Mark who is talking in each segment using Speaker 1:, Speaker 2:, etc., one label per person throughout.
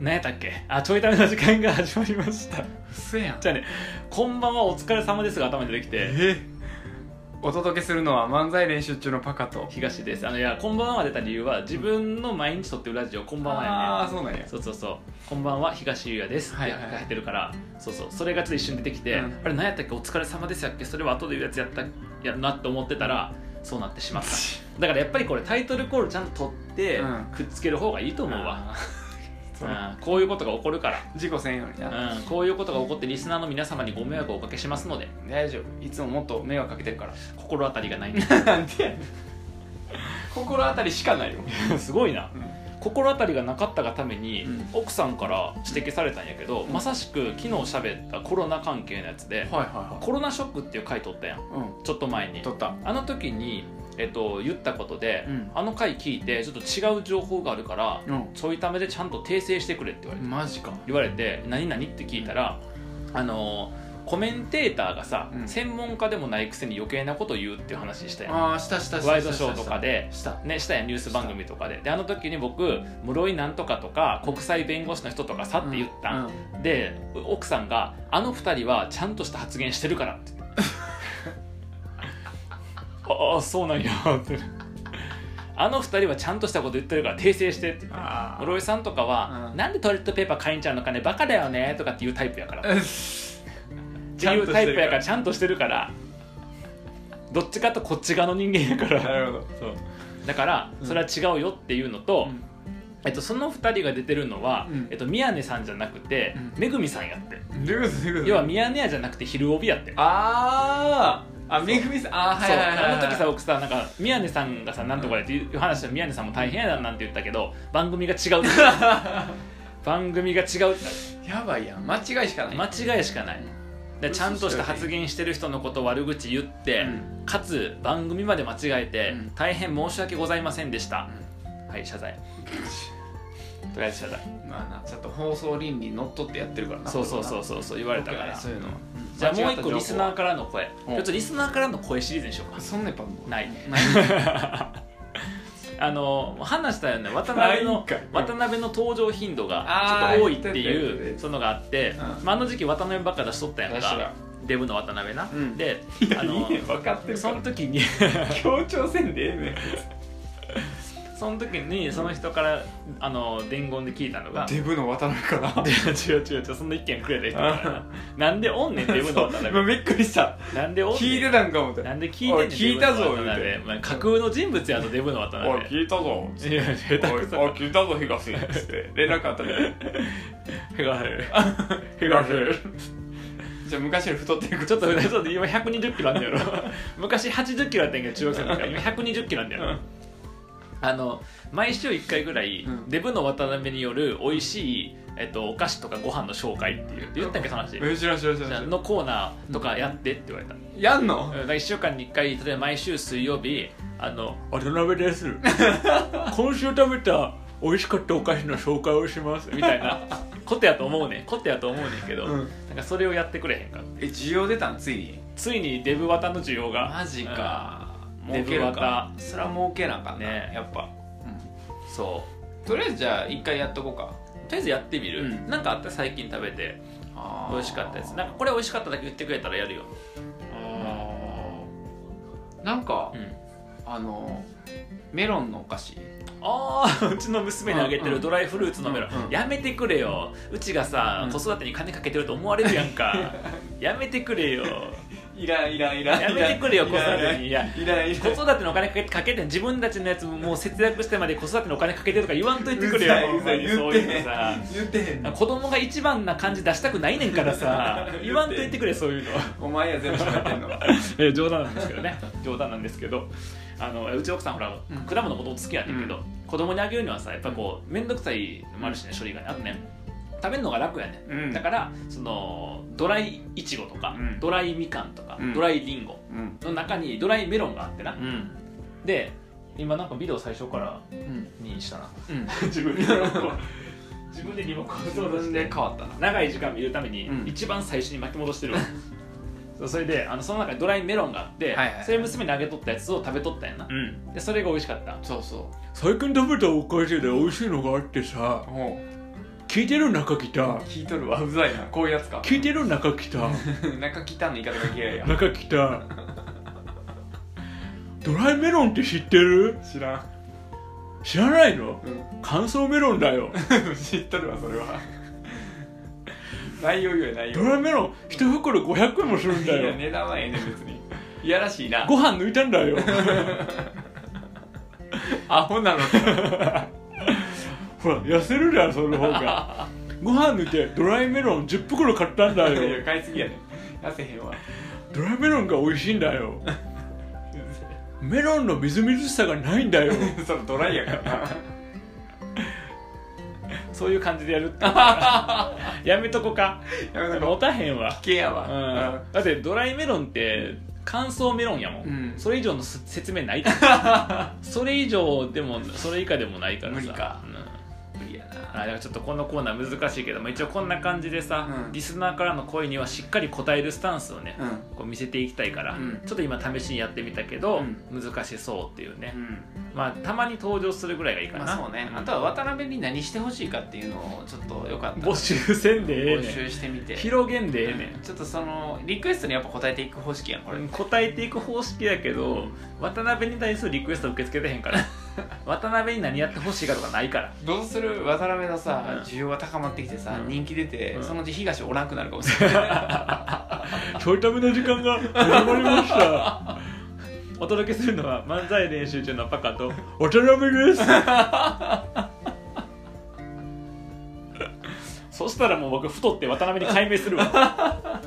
Speaker 1: 何やったっけあちょいための時間が始まりました
Speaker 2: 嘘やん
Speaker 1: じゃあね「こんばんはお疲れ様です」が頭に出てきて
Speaker 2: えお届けするのは漫才練習中のパカと
Speaker 1: 東ですあのいや「こんばんは」が出た理由は自分の毎日撮ってるラジオ「こんばんは」
Speaker 2: あ
Speaker 1: や
Speaker 2: あそうなんや
Speaker 1: ねそうそうそう「こんばんは東優也です」って
Speaker 2: はいはいはい
Speaker 1: 書いてるからそうそうそれがちょっと一瞬出てきて、
Speaker 2: うん
Speaker 1: あれ何やったっけお疲れ様ですやっけそれは後で言うやつやったやんなって思ってたら そうなってしまっただからやっぱりこれタイトルコールちゃんと取って、
Speaker 2: うん
Speaker 1: くっつける方がいいと思うわ、
Speaker 2: あーそう
Speaker 1: うん、こういうことが起こるから
Speaker 2: 事故せんようにな
Speaker 1: うん、こういうことが起こってリスナーの皆様にご迷惑をおかけしますので
Speaker 2: 大丈夫いつももっと迷惑かけてるか
Speaker 1: 心当たり がないんで
Speaker 2: らなんでやねん心当たりしかないよ、
Speaker 1: すごいな心当たりがなかったがために、
Speaker 2: うん
Speaker 1: 奥さんから指摘されたんやけど、
Speaker 2: うん
Speaker 1: まさしく昨日喋ったコロナ関係のやつで
Speaker 2: はいはい
Speaker 1: 「
Speaker 2: は
Speaker 1: コロナショック」っていう回撮ったやん
Speaker 2: いうん
Speaker 1: ちょっと前に
Speaker 2: 取った
Speaker 1: あの時に、えっと、言ったことで、
Speaker 2: うん
Speaker 1: あの回聞いてちょっと違う情報があるから
Speaker 2: う
Speaker 1: ちょいためでちゃんと訂正してくれって言われて、
Speaker 2: んマジか
Speaker 1: 言われて「何々?」って聞いたらあのコメンテーターがさ、
Speaker 2: うん
Speaker 1: 専門家でもないくせに余計なこと言うっていう話したやん
Speaker 2: ああしたしたした
Speaker 1: ワイドショーとかで
Speaker 2: した
Speaker 1: ね、したやんニュース番組とかでであの時に僕室井なんとかとか国際弁護士の人とかさって言ったん、
Speaker 2: うん
Speaker 1: で奥さんが「あの二人はちゃんとした発言してるから」 って言ってああそうなんやってあの二人はちゃんとしたこと言ってるから訂正してって
Speaker 2: あー
Speaker 1: 室井さんとかは、
Speaker 2: うん
Speaker 1: なんでトイレットペーパー買いにちゃうのかねバカだよねとかっていうタイプやからっ
Speaker 2: うん
Speaker 1: ていうタイプやからちゃんとしてるからどっちかとこっち側の人間やか
Speaker 2: な
Speaker 1: ら
Speaker 2: るほど
Speaker 1: そうだから
Speaker 2: うん
Speaker 1: それは違うよっていうのと、
Speaker 2: うん
Speaker 1: えっと、その2人が出てるのは、
Speaker 2: うん
Speaker 1: えっと、宮根さんじゃなくて、
Speaker 2: うん
Speaker 1: めぐみさんやって
Speaker 2: ルーズルーズ
Speaker 1: 要は宮根屋じゃなくて昼帯やって
Speaker 2: あーあめぐみさんあーはいはいはい
Speaker 1: そうあ
Speaker 2: はい
Speaker 1: の時さ僕さなんか宮根さんがさなんとかでっていう話したら宮根さんも大変やななんて言ったけど番組が違う って番組が違うって
Speaker 2: やばいやん間違いしかない
Speaker 1: 間違いしかないでちゃんとした発言してる人のことを悪口言って、
Speaker 2: う
Speaker 1: かつ番組まで間違えて、
Speaker 2: うん
Speaker 1: 大変申し訳ございませんでした、はい謝 罪とりあえず謝罪
Speaker 2: まあなちょっと放送倫理にのっとってやってるからな
Speaker 1: そうそうそう
Speaker 2: そ
Speaker 1: そうそう言われたから、
Speaker 2: そういうのは
Speaker 1: じゃあもう一個リスナーからの声
Speaker 2: うん
Speaker 1: ちょっとリスナーからの声シリーズにしようか
Speaker 2: そんなやっぱ
Speaker 1: ない
Speaker 2: ない
Speaker 1: あの話したよね渡辺
Speaker 2: ないん
Speaker 1: の
Speaker 2: かい
Speaker 1: 渡辺の登場頻度がち
Speaker 2: あー
Speaker 1: ょっと多いって
Speaker 2: 言ってた
Speaker 1: い
Speaker 2: 言っ
Speaker 1: う
Speaker 2: てた
Speaker 1: そのがあって、
Speaker 2: うん
Speaker 1: まあ、あの時期渡辺ばっか出しとったやん
Speaker 2: 出して
Speaker 1: かデブの渡辺な、
Speaker 2: うん
Speaker 1: で
Speaker 2: た
Speaker 1: あの
Speaker 2: いいね分かってるか
Speaker 1: その
Speaker 2: ら
Speaker 1: 時 に
Speaker 2: 協調せんでええねん
Speaker 1: その時にその人からあの伝言で聞いたのが
Speaker 2: デブの渡辺かな
Speaker 1: で違う違う違うそんな意見くれた人からななんでおんねんデブの渡
Speaker 2: 今
Speaker 1: 辺
Speaker 2: びっくりした
Speaker 1: なんでおんねん
Speaker 2: 聞いてたんか思った
Speaker 1: なんで聞いてんねん
Speaker 2: おい聞いたぞ
Speaker 1: デブの渡
Speaker 2: 言う
Speaker 1: 辺、まあ、架空の人物やとデブの渡
Speaker 2: おい
Speaker 1: 辺
Speaker 2: 聞いたぞ
Speaker 1: いや下手
Speaker 2: おい
Speaker 1: くそ
Speaker 2: おい聞いたぞ東つって連絡あったね
Speaker 1: 東
Speaker 2: じゃあ昔より太ってる
Speaker 1: ちょっとちょっと今120キロあんだやろ昔80キロあったんやけど中学生の時は今120キロあんだやろあの毎週1回ぐらい、
Speaker 2: うん
Speaker 1: デブの渡辺による美味しい、えっと、お菓子とかご飯の紹介っていう言ったっけその話
Speaker 2: うん知らん知らん知らん知らん
Speaker 1: のコーナーとかやってって言われた、うん
Speaker 2: やんの
Speaker 1: だから1週間に1回例えば毎週水曜日あの「渡辺 です今週食べた美味しかったお菓子の紹介をします」みたいなことやと思うねんことやと思うねんけど、
Speaker 2: うん
Speaker 1: なんかそれをやってくれへんか
Speaker 2: え需要出たんついに
Speaker 1: ついにデブワタの需要が
Speaker 2: マジか、
Speaker 1: うん
Speaker 2: 儲ける
Speaker 1: デブ
Speaker 2: か
Speaker 1: 型
Speaker 2: そりゃ儲けなあかんな、
Speaker 1: ね
Speaker 2: やっぱ、
Speaker 1: うんそう
Speaker 2: とりあえずじゃあ一回やっとこうか
Speaker 1: とりあえずやってみる、
Speaker 2: うん
Speaker 1: なんかあった最近食べて美味しかったやつなんかこれ美味しかっただけ言ってくれたらやるよ、
Speaker 2: あーなんか、
Speaker 1: うん、
Speaker 2: あのメロンのお菓子
Speaker 1: ああ うちの娘にあげて
Speaker 2: うんう
Speaker 1: る
Speaker 2: ん
Speaker 1: ドライフルーツのメロン、
Speaker 2: うんうん
Speaker 1: やめてくれようちがさ、
Speaker 2: うん
Speaker 1: 子育てに金かけてると思われるやん かやめてくれよ
Speaker 2: いらんいらんいら
Speaker 1: やめてくれよ子育てにいや
Speaker 2: いらんい
Speaker 1: 子育てのお金かけかけて自分たちのやつもう節約してまで子育てのお金かけてるとか言わんといてくれよほんまにそういうのさ
Speaker 2: 言ってへん
Speaker 1: 子供が一番な感じ出したくないねんからさ
Speaker 2: 言って
Speaker 1: 言わんといてくれそういうの
Speaker 2: お前や全部喋ってんの
Speaker 1: え冗談なんですけどね冗談なんですけどあのうちの奥さんほら、
Speaker 2: うん
Speaker 1: 果物もともと好きやねんけど、
Speaker 2: う
Speaker 1: 子供にあげるにはさやっぱこう面倒くさいのもあるしね処理がねあとね食べるのが楽やね、
Speaker 2: うん
Speaker 1: だからそのドライイチゴとか、
Speaker 2: うん
Speaker 1: ドライみかんとか、
Speaker 2: うん
Speaker 1: ドライリンゴ
Speaker 2: うん
Speaker 1: の中にドライメロンがあってな、
Speaker 2: うん
Speaker 1: で今なんかビデオ最初から
Speaker 2: うん
Speaker 1: にしたな
Speaker 2: うん
Speaker 1: 自分でリモコン自分でリモコン
Speaker 2: 自分で変わったな
Speaker 1: 長い時間見るために
Speaker 2: うん
Speaker 1: 一番最初に巻き戻してるわ、そうそれであのその中にドライメロンがあって、
Speaker 2: はいはいはい
Speaker 1: それ娘にあげとったやつを食べとったんやな、
Speaker 2: うん
Speaker 1: でそれが美味しかった
Speaker 2: そうそう
Speaker 1: 最近食べたお菓子で美味しいのがあってさ
Speaker 2: ほう
Speaker 1: 聞いてる中北
Speaker 2: 聞いとるわうざいなこういうやつか
Speaker 1: 聞いてる中北
Speaker 2: 中北の言い方が嫌いや
Speaker 1: 中北ドライメロンって知ってる
Speaker 2: 知らん、
Speaker 1: 知らないの
Speaker 2: う
Speaker 1: 乾燥メロンだよ
Speaker 2: ん、知っとるわそれは内容言え内容
Speaker 1: ドライメロン一袋500円もするんだ
Speaker 2: いや
Speaker 1: よ
Speaker 2: 値段はええねん別にいやらしいな
Speaker 1: ご飯抜いたんだよ
Speaker 2: アホなのか
Speaker 1: ほら痩せるじゃんその方がご飯抜いてドライメロン10袋買ったんだ
Speaker 2: いや
Speaker 1: よ
Speaker 2: 買いすぎやねん痩せへんわ
Speaker 1: ドライメロンが美味しいんだよメロンのみずみずしさがないんだよ
Speaker 2: そのドライやからな
Speaker 1: そういう 感じでやる ってやめとこか
Speaker 2: やめとこ
Speaker 1: 持たへんわ
Speaker 2: うけや
Speaker 1: う
Speaker 2: わ
Speaker 1: んだってドライメロンって乾燥メロンやもん、
Speaker 2: うん
Speaker 1: それ以上のす説明ないから それ以上でもそれ以下でもないからさ
Speaker 2: 無理か
Speaker 1: うん
Speaker 2: 無理やな
Speaker 1: あだからちょっとこのコーナー難しいけど、まあ、一応こんな感じでさ、
Speaker 2: うん
Speaker 1: リスナーからの声にはしっかり応えるスタンスをね、
Speaker 2: うん
Speaker 1: こう見せていきたいから、
Speaker 2: うん
Speaker 1: ちょっと今試しにやってみたけど、
Speaker 2: う
Speaker 1: 難しそうっていうね
Speaker 2: う、ん
Speaker 1: まあたまに登場するぐらいがいいかな、
Speaker 2: まあそうねあとは渡辺に何してほしいかっていうのをちょっとよかったら
Speaker 1: 募集せんでええ
Speaker 2: 募
Speaker 1: ね
Speaker 2: 集してみて
Speaker 1: ん広げんでええねん、
Speaker 2: ちょっとそのリクエストにやっぱ答えていく方式やんこれ、
Speaker 1: うん答えていく方式やけど、渡辺に対するリクエスト受け付けてへんから 渡辺に何やってほしいかとかないから
Speaker 2: どうする渡辺の
Speaker 1: うん
Speaker 2: さ需要が高まってきてさ、
Speaker 1: うん
Speaker 2: 人気出て、
Speaker 1: うん
Speaker 2: そのうち東おらんくなるかもしれない
Speaker 1: ちょいための時間が始まりましたお届けするのは漫才練習中のパカと渡辺ですそしたらもう僕太って渡辺に解明する わ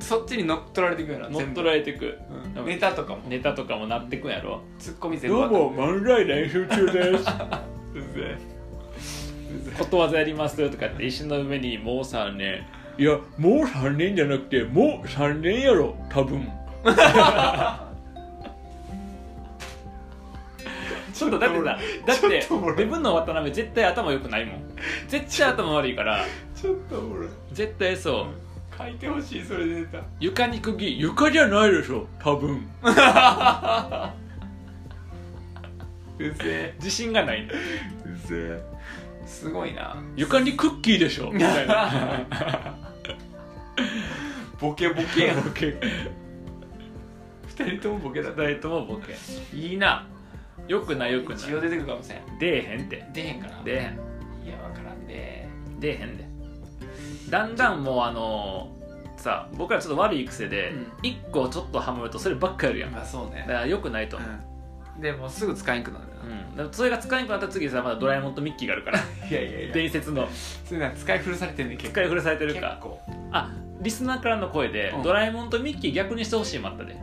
Speaker 2: そっちに乗っ取られていくやろ
Speaker 1: 乗っ取
Speaker 2: れ、
Speaker 1: られてく
Speaker 2: うんネタとかも
Speaker 1: ネタとかもなってくんやろ
Speaker 2: ツッコミ全部
Speaker 1: どうも
Speaker 2: 渡
Speaker 1: 漫才練習中です
Speaker 2: 辺うぜえ
Speaker 1: ことわざやりますとかって石の上にもう3年いやもう3年じゃなくてもう3年やろ多分ちょっとだってさだっ
Speaker 2: ちょ
Speaker 1: て
Speaker 2: っと俺
Speaker 1: 自分の渡辺絶対頭良くないもん絶対頭悪いから
Speaker 2: ちょっと俺
Speaker 1: 絶対そう
Speaker 2: 書いてほしいそれでネタ
Speaker 1: 床に釘床じゃないでしょ多分
Speaker 2: うぜえ
Speaker 1: 自信がない
Speaker 2: うぜえすごいな
Speaker 1: 床にクッキーでし ょみたいな
Speaker 2: ボケボケやん
Speaker 1: ボケ
Speaker 2: 二人ともボケだった
Speaker 1: 二人ともボケ
Speaker 2: いいな
Speaker 1: よくないよくない
Speaker 2: 需要出てくるかもしれん
Speaker 1: 出えへんって
Speaker 2: 出へんかな
Speaker 1: 出えへん
Speaker 2: いやわからんで
Speaker 1: 出えへんでだんだんもうあのーさ僕らちょっと悪い癖で
Speaker 2: うん
Speaker 1: 一個ちょっとハモるとそればっかやるやんだ
Speaker 2: まあそうね
Speaker 1: からよくないと思う、
Speaker 2: うんでもうすぐ使えんくなる
Speaker 1: うんだからそれが使えなくなったら次さまだドラえもんとミッキーがあるから
Speaker 2: ないやいやい
Speaker 1: 伝説の
Speaker 2: それなんか使い古されてんねん結
Speaker 1: 使い古されてる
Speaker 2: 結
Speaker 1: か
Speaker 2: 構
Speaker 1: あリスナーからの声で、
Speaker 2: うん
Speaker 1: ドラえもんとミッキー逆にしてほしいもあったで
Speaker 2: ああ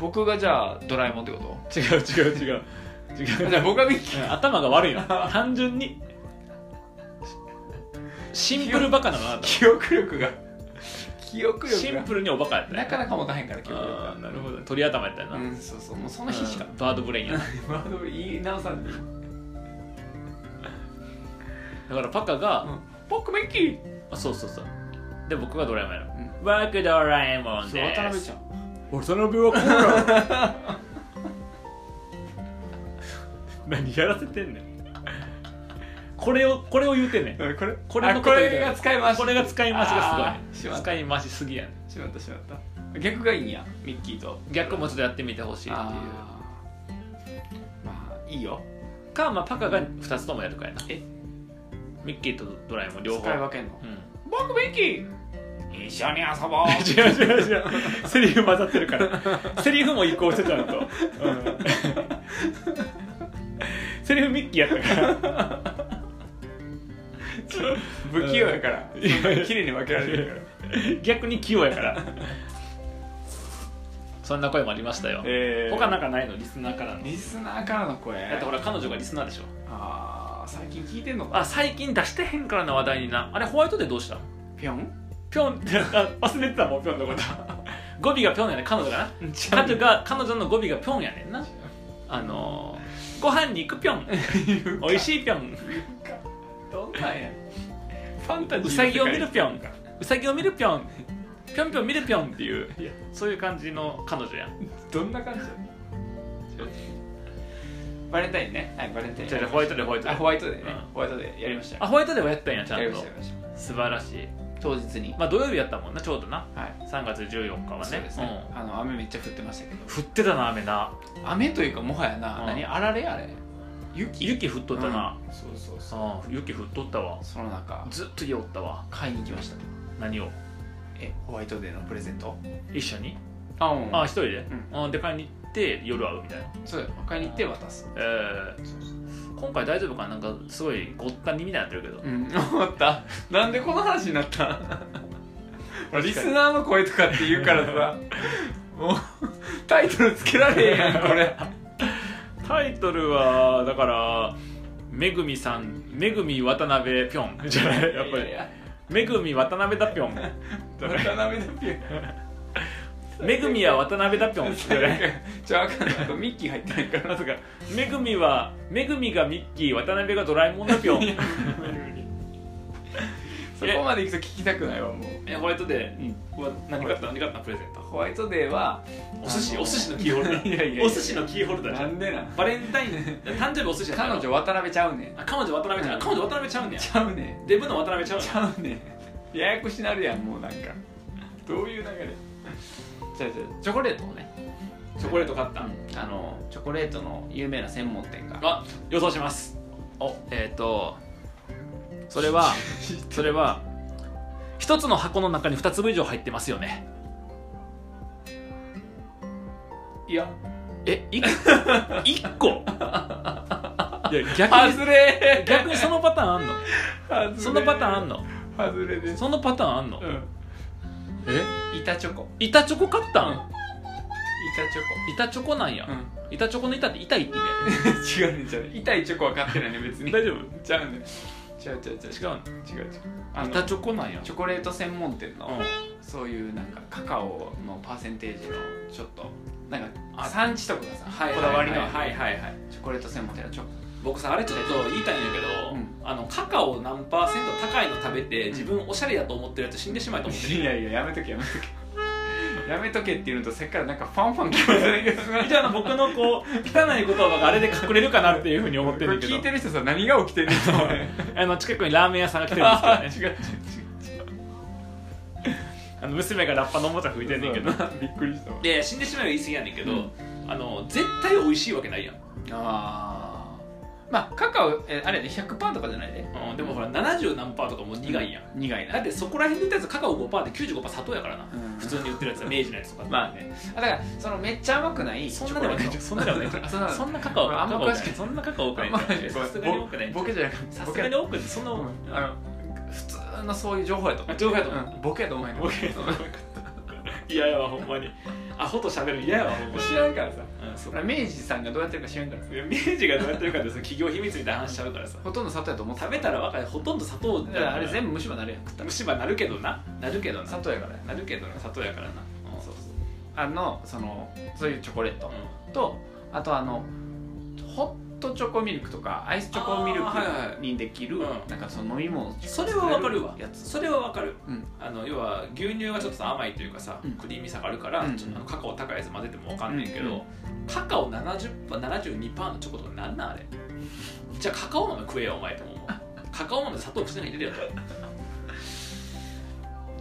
Speaker 2: 僕がじゃあドラえもんってこ
Speaker 1: 違う違う違う
Speaker 2: と
Speaker 1: 違
Speaker 2: じゃあ
Speaker 1: う
Speaker 2: 僕がミッキ
Speaker 1: う
Speaker 2: ー
Speaker 1: ん頭が悪いな単純にシンプルバカなのあなた
Speaker 2: 記憶力が記憶
Speaker 1: シ
Speaker 2: 力
Speaker 1: ン
Speaker 2: が
Speaker 1: プルにおバカやった
Speaker 2: なかなか持たへんから記憶力
Speaker 1: あ
Speaker 2: が
Speaker 1: ーなるほど鳥頭やったよな、
Speaker 2: うんそうそうもうその日しか
Speaker 1: うんバードブレインやな
Speaker 2: ワードを言い直さんでいい
Speaker 1: だからパカが、
Speaker 2: 僕ミッキー
Speaker 1: あそうそうそうで僕がドラえもんやろ
Speaker 2: うん
Speaker 1: 「ワークドラえもん
Speaker 2: そう
Speaker 1: で
Speaker 2: 渡辺
Speaker 1: す
Speaker 2: ちゃん」
Speaker 1: 渡辺はこうだ何やらせてんねんこれをこれを言うてんねん
Speaker 2: これ
Speaker 1: これの
Speaker 2: あこ
Speaker 1: こと言う
Speaker 2: れが使い回し
Speaker 1: これが使い回しが
Speaker 2: あー
Speaker 1: すご
Speaker 2: し
Speaker 1: いね
Speaker 2: まった
Speaker 1: 使い回しすぎやねん
Speaker 2: しまったしまった逆がいいんやミッキーと
Speaker 1: 逆もちょっとやってみてほしいってい
Speaker 2: あーまあいいよ
Speaker 1: うか、まあ、パカが2つともやるかやな
Speaker 2: え
Speaker 1: ミッキーとドラえもん両方
Speaker 2: 使い分けんの
Speaker 1: うん
Speaker 2: 僕ミッキー一緒に遊ぼう
Speaker 1: 違う違う違うセリフ混ざってるからセリフも移行してちゃうと、うん、セリフミッキーやったから
Speaker 2: 不器用やから
Speaker 1: いやいや
Speaker 2: 綺麗に分けられてる から
Speaker 1: 逆に器用やから そんな声もありましたよ、
Speaker 2: え
Speaker 1: 他なんかないのリスナーからの
Speaker 2: リスナーからの声
Speaker 1: だってほら彼女がリスナーでしょ
Speaker 2: あー最近聞いてんのか
Speaker 1: あ最近出してへんからな話題になあれホワイトデーどうした
Speaker 2: ぴょん
Speaker 1: ぴょん ってあ忘れてたもんぴょんのこと語尾がぴょんやね彼女がな
Speaker 2: 近
Speaker 1: 彼女が彼女の語尾がぴょんやねんなあのー、ご飯に行くぴょん美味しいぴょん
Speaker 2: どんなんやファンタジー
Speaker 1: うさぎを見るぴょんうさぎを見るぴょんぴょんぴょん見るぴょんっていう
Speaker 2: いや
Speaker 1: そういう感じの彼女やん
Speaker 2: どんな感じバレンタインねはいバレンタイン
Speaker 1: じゃあじゃあホワイトデーホワイトデー
Speaker 2: あホワイトデーね、
Speaker 1: うん
Speaker 2: ホワイトデーやりましたよ
Speaker 1: あホワイトデーはやったんやちゃ
Speaker 2: やり
Speaker 1: ん
Speaker 2: まし
Speaker 1: と
Speaker 2: たやりました
Speaker 1: 素晴らしい
Speaker 2: 当日に、
Speaker 1: まあ土曜日やったもんなちょうどな
Speaker 2: はい
Speaker 1: 3月14日はね
Speaker 2: そうですね、あの雨めっちゃ降ってましたけど
Speaker 1: うん降ってたな雨な
Speaker 2: 雨というかもはやな、
Speaker 1: うん
Speaker 2: 何あられあれ雪
Speaker 1: 雪降っとったな、
Speaker 2: うんそうそうそう
Speaker 1: ああ雪降っとったわ
Speaker 2: その中
Speaker 1: ずっと家おったわ
Speaker 2: 買いに行きました
Speaker 1: 何を
Speaker 2: えホワイトデーのプレゼント
Speaker 1: 一緒に
Speaker 2: あうん
Speaker 1: ああ一人で、
Speaker 2: う
Speaker 1: うん、で買いに行って夜会うみたいな
Speaker 2: そう買いに行って渡す
Speaker 1: えー、今回大丈夫かななんかすごいごったにみたいになってるけど、
Speaker 2: うん思ったなんでこの話になった リスナーの声とかって言うからさもうタイトルつけられへんやんこれ
Speaker 1: タイトルはだからめぐみさんめぐみ渡辺ぴょんじゃないやっぱ
Speaker 2: い
Speaker 1: り
Speaker 2: や
Speaker 1: めぐみ渡辺だぴょ ん
Speaker 2: 渡辺だぴ
Speaker 1: めぐみは渡辺だぴょんじゃない
Speaker 2: じゃあかんないあとミッキー入って ないから
Speaker 1: まさかめぐみはめぐみがミッキー渡辺がドラえもんだぴょん い
Speaker 2: そこまで行くと聞きたくないわもう
Speaker 1: やホワイトデ
Speaker 2: うん
Speaker 1: ーは何買った何買ったプレゼント
Speaker 2: ホワイトデーは
Speaker 1: お寿司
Speaker 2: あの
Speaker 1: お寿司のキーホルダー
Speaker 2: いやいやいや
Speaker 1: お寿司のキーホルダーじ
Speaker 2: な
Speaker 1: ゃ
Speaker 2: ん
Speaker 1: ん
Speaker 2: でなん
Speaker 1: バレンタイン誕生日お寿司やった
Speaker 2: 彼
Speaker 1: の
Speaker 2: 女渡辺ちゃうねん
Speaker 1: あ彼女渡辺ちゃんあ彼女渡辺ちゃうんねや
Speaker 2: ちゃうね
Speaker 1: デブの渡辺ちゃうんん
Speaker 2: ち
Speaker 1: や
Speaker 2: ゃうねんややこしなるやんもうなんかどういう流れじゃあじゃあチョコレートをね
Speaker 1: チョコレート買った
Speaker 2: うんあのチョコレートの有名な専門店が
Speaker 1: あ予想しますおえっ、とそれ はそれは一つの箱の中に2粒以上入ってますよね
Speaker 2: いや
Speaker 1: えい 一個いや逆に
Speaker 2: 外れ
Speaker 1: 逆にそのパターンあんの
Speaker 2: 外
Speaker 1: そ
Speaker 2: れ
Speaker 1: のパターンあんの
Speaker 2: 外れです
Speaker 1: そのパターンあんの
Speaker 2: うん
Speaker 1: え
Speaker 2: 板チョコ
Speaker 1: 板チョコ買ったん
Speaker 2: 板チョ
Speaker 1: 板チョコなんや、
Speaker 2: コうん
Speaker 1: 板チョコの板って痛いって意味やね
Speaker 2: 違うねんちゃうねん痛いチョコは買ってないね別に
Speaker 1: 大丈夫
Speaker 2: ちゃうねん違う違う違う
Speaker 1: 違う
Speaker 2: 違う違うあ
Speaker 1: の
Speaker 2: の
Speaker 1: 板チョコなんや
Speaker 2: チョコレート専門店の、
Speaker 1: うん
Speaker 2: そういうなんかカカオのパーセンテージのちょっとなんか産地とかがさ、こだわりの
Speaker 1: はいはいはい
Speaker 2: チョコレート専門店のチョコ
Speaker 1: 僕さあれちょっと言いたいんだけど、
Speaker 2: うん
Speaker 1: あのカカオ何パーセント高いの食べて自分おしゃれだと思ってるやつ死んでしまえと思ってる
Speaker 2: いやいややめとけやめとけ やめとけって言うのとせっからなんかファンファン聞こえてるけど
Speaker 1: じゃあ僕のこう汚い言葉があれで隠れるかなっていうふうに思ってるんだけ
Speaker 2: 聞
Speaker 1: ど
Speaker 2: いてる人さ何が起きてるんですか
Speaker 1: あの近くにラーメン屋さんが来てるん
Speaker 2: あ
Speaker 1: で
Speaker 2: 違う
Speaker 1: すけどね
Speaker 2: 違う違う
Speaker 1: あの娘がラッパのおもちゃ拭いてんねんけど
Speaker 2: そうびっくりしたわ
Speaker 1: いやいや死んでしまえば言い過ぎやねんけど、
Speaker 2: うん
Speaker 1: あの絶対美味しいわけないやん、
Speaker 2: あーまあカカオえあれね100パーとかじゃないで
Speaker 1: うん、でもほら70何パーとかもう苦いやん、
Speaker 2: 苦いな
Speaker 1: だってそこら辺で言ったやつカカオ5パーで95パー砂糖やからな、
Speaker 2: うん
Speaker 1: 普通に売ってるやつは明治のやつとか
Speaker 2: まあねあだからそのめっちゃ甘くない
Speaker 1: そんなでもない そんなでもない
Speaker 2: そんな
Speaker 1: そんなカカオ
Speaker 2: あんま詳しくない
Speaker 1: そんなカカオ多くない
Speaker 2: まあね
Speaker 1: さすがに多くない
Speaker 2: ボボケじゃなくて
Speaker 1: さすがに多くないそんな多く
Speaker 2: うん
Speaker 1: な
Speaker 2: あ
Speaker 1: い
Speaker 2: の普通のそういう情報やと思う
Speaker 1: 情報やと思う
Speaker 2: うんボケやと思うやん
Speaker 1: ボケやと思いやいやわほんまにアホと喋る嫌やわほんまに
Speaker 2: 知らんからさ
Speaker 1: うんそう
Speaker 2: 明治さんがどうやってるか知らんからさ
Speaker 1: いや明治がどうやってるかってその企業秘密みたいな話しちゃうからさ
Speaker 2: ほとんど砂糖やと思って
Speaker 1: 食べたらわかるほとんど砂糖
Speaker 2: だからあれ全
Speaker 1: 部
Speaker 2: 部虫歯なるやん食ったら
Speaker 1: 虫歯なるけどななるけどな
Speaker 2: 砂糖やからや
Speaker 1: なるけどな砂糖やからなうん
Speaker 2: そうそうあのそのそういうチョコレート
Speaker 1: うん
Speaker 2: とあとあのホットチョコミルクとかアイスチョコミル
Speaker 1: あーはいはい
Speaker 2: クにできる
Speaker 1: うん
Speaker 2: なんかその飲み物
Speaker 1: それはわかるわ
Speaker 2: やつ
Speaker 1: それはわかる
Speaker 2: うん
Speaker 1: あの要は牛乳がちょっとさ甘いというかさ、
Speaker 2: うん
Speaker 1: クリーミーさがあるから、
Speaker 2: うん
Speaker 1: ちょっとあのカカオ高いやつ混ぜてもわかんないけ
Speaker 2: うんう
Speaker 1: ど、カカオ70パー72パーのチョコとかなんなんあれじゃあカカオ豆食えよお前とも思う カカオ豆砂糖口の中に入れるよ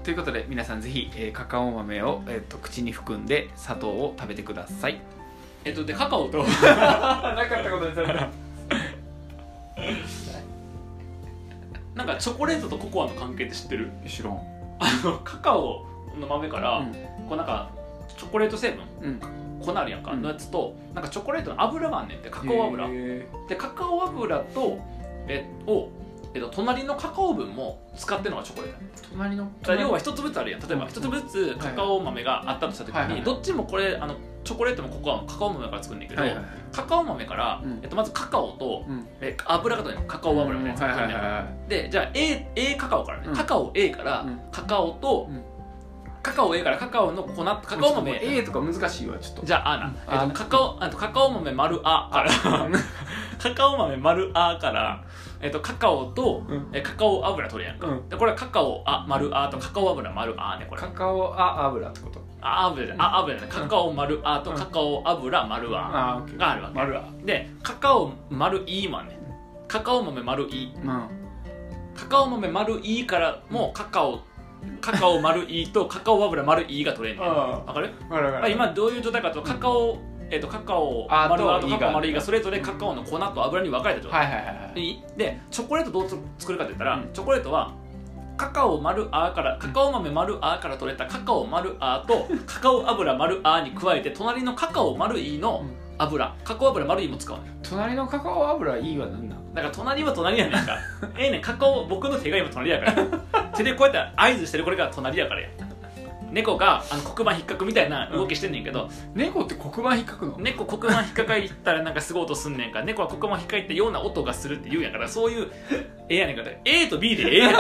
Speaker 2: ということで皆さんぜひ、えーカカオ豆を、えー、と口に含んで砂糖を食べてください
Speaker 1: えっとでカカオと
Speaker 2: なかったことにされた
Speaker 1: なんかチョコレートとココアの関係って知ってる
Speaker 2: 知らん
Speaker 1: あのカカオの豆から、
Speaker 2: うん
Speaker 1: こうなんかチョコレート成分
Speaker 2: うん
Speaker 1: 粉あるやんか、
Speaker 2: うん
Speaker 1: のやつとなんかチョコレートの油があんねんってカカオ油、
Speaker 2: へ
Speaker 1: でカカオ油とえを、えっと、隣のカカオ分も使ってるのがチョコレートやね
Speaker 2: ー隣の
Speaker 1: だから要は一粒ずつあるやん例えば
Speaker 2: うん
Speaker 1: 一粒ずつカカオ豆があったとした時に、
Speaker 2: はいはいはい
Speaker 1: どっちもこれあのチョコレートもココアもカカオ豆から作るんだけど、
Speaker 2: はいはい
Speaker 1: カカオ豆から、
Speaker 2: うん
Speaker 1: えっと、まずカカオと、
Speaker 2: うん
Speaker 1: え油が取れるのカカオ油みたいなやつが取れるのよでじゃあ A, A カカオからね、
Speaker 2: うん
Speaker 1: カカオ A から
Speaker 2: うん
Speaker 1: カカオと、
Speaker 2: うん
Speaker 1: カカオ A からカカオの粉カ
Speaker 2: カ
Speaker 1: カオ豆
Speaker 2: A とか難しいわちょっと
Speaker 1: じゃあ、あな、えっ
Speaker 2: あ
Speaker 1: と、カカオ、あとカカオ豆丸あ から、カカオ豆丸あから、えっと、カカオと、
Speaker 2: うん
Speaker 1: えカカオ油取るやんか。
Speaker 2: うん
Speaker 1: で、これはカカオあ丸あとカカオ油丸あね、これ
Speaker 2: カ。カオあ油ってこと
Speaker 1: あ油じゃないあ油じゃないカカオ丸あとカカオ油丸あ
Speaker 2: あーオッケー
Speaker 1: があるわけ
Speaker 2: 丸は
Speaker 1: でカカオ丸いもあんねカカオ豆丸い
Speaker 2: うん
Speaker 1: カカオ豆丸いからもカカオカカオ丸いとカカオ油丸いが取れんねん
Speaker 2: あ
Speaker 1: わかる、
Speaker 2: あ丸
Speaker 1: まあ、
Speaker 2: が
Speaker 1: 今どういう状態かとカカオ、えっとカカオ
Speaker 2: あ
Speaker 1: 丸あ
Speaker 2: と
Speaker 1: と
Speaker 2: イが
Speaker 1: カカオ丸いがそれぞれカカオの粉と油に分かれた状態、
Speaker 2: はいはいはいはい
Speaker 1: いいでチョコレートどうつ作るかって言ったら、
Speaker 2: うん
Speaker 1: チョコレートはカカオ丸あからカカオ豆丸あから取れたカカオ丸あ とカカオ油丸あに加えて隣のカカオ丸いの油カカオ油丸いも使うね
Speaker 2: 隣のカカオ油いいは何なん
Speaker 1: だから隣は隣やねん かええねんカカオ僕の手が今隣やから手でこうやって合図してるこれが隣やからや猫があの黒板引っかくみたいな動きしてんねんけど、
Speaker 2: 猫って黒板引っかくの
Speaker 1: 猫黒板引っかかいったらなんかすごい音すんねんから猫は黒板引っかいったような音がするって言うんやからそういうええやねんから A と B でええやん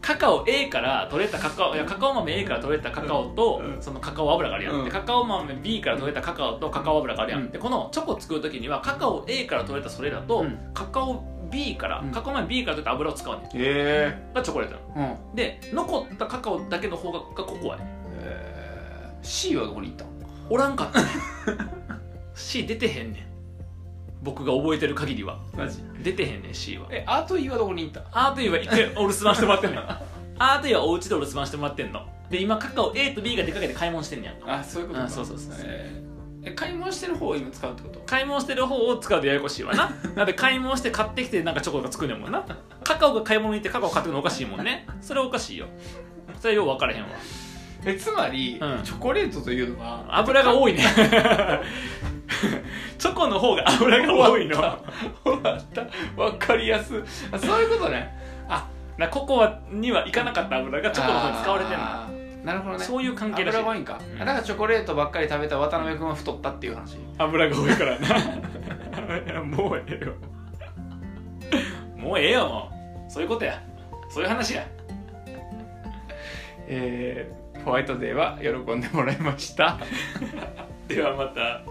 Speaker 1: カカオ A から取れたカカオいやカカオ豆 A から取れたカカオと、
Speaker 2: うん
Speaker 1: そのカカオ油があるやん、
Speaker 2: うん
Speaker 1: でカカオ豆 B から取れたカカオとカカオ油があるやん、
Speaker 2: うん
Speaker 1: でこのチョコ作る時にはカカオ A から取れたそれだと、
Speaker 2: うん
Speaker 1: カカオ B から、
Speaker 2: うん
Speaker 1: カカオ豆 B から取れた油を使うねん
Speaker 2: え
Speaker 1: がチョコレートなの
Speaker 2: えうん
Speaker 1: で残ったカカオだけの方ががココアやねん
Speaker 2: えー C はどこに行ったの
Speaker 1: おらんかったね C 出てへんねん僕が覚えてる限りは
Speaker 2: マジ
Speaker 1: 出てへんねん C は
Speaker 2: えあと E はどこに行った
Speaker 1: アートイは一回お留守番してもらってんねんアートイはお家でお留守番してもらってんので今カカオ A と B が出かけて買い物してんねやんか
Speaker 2: あそういうことか
Speaker 1: あそうそうそうそう
Speaker 2: えーえ買い物してる方を今使うってこと
Speaker 1: 買い物してる方を使うとややこしいわ ななんで買い物して買ってきてなんかチョコが作るねんもんなカカオが買い物に行ってカカオ買ってくるのおかしいもんねそれおかしいよそれよう分からへんわ
Speaker 2: えつまり、
Speaker 1: うん
Speaker 2: チョコレートというのは
Speaker 1: 油が多いね チョコの方が油が多 いの
Speaker 2: 終わったわかりやすあそういうことねあ
Speaker 1: なココアにはいかなかった油 がチョコの方に使われてるの
Speaker 2: るなるほどね
Speaker 1: そういう関係らしい
Speaker 2: 油ワイン
Speaker 1: う
Speaker 2: か、
Speaker 1: ん
Speaker 2: あだからチョコレートばっかり食べた渡辺君は太ったっていう話
Speaker 1: 油が多いからな もうええよもうええよもうそういうことやそういう話や
Speaker 2: えーホワイトデーは喜んでもらいました
Speaker 1: ではまた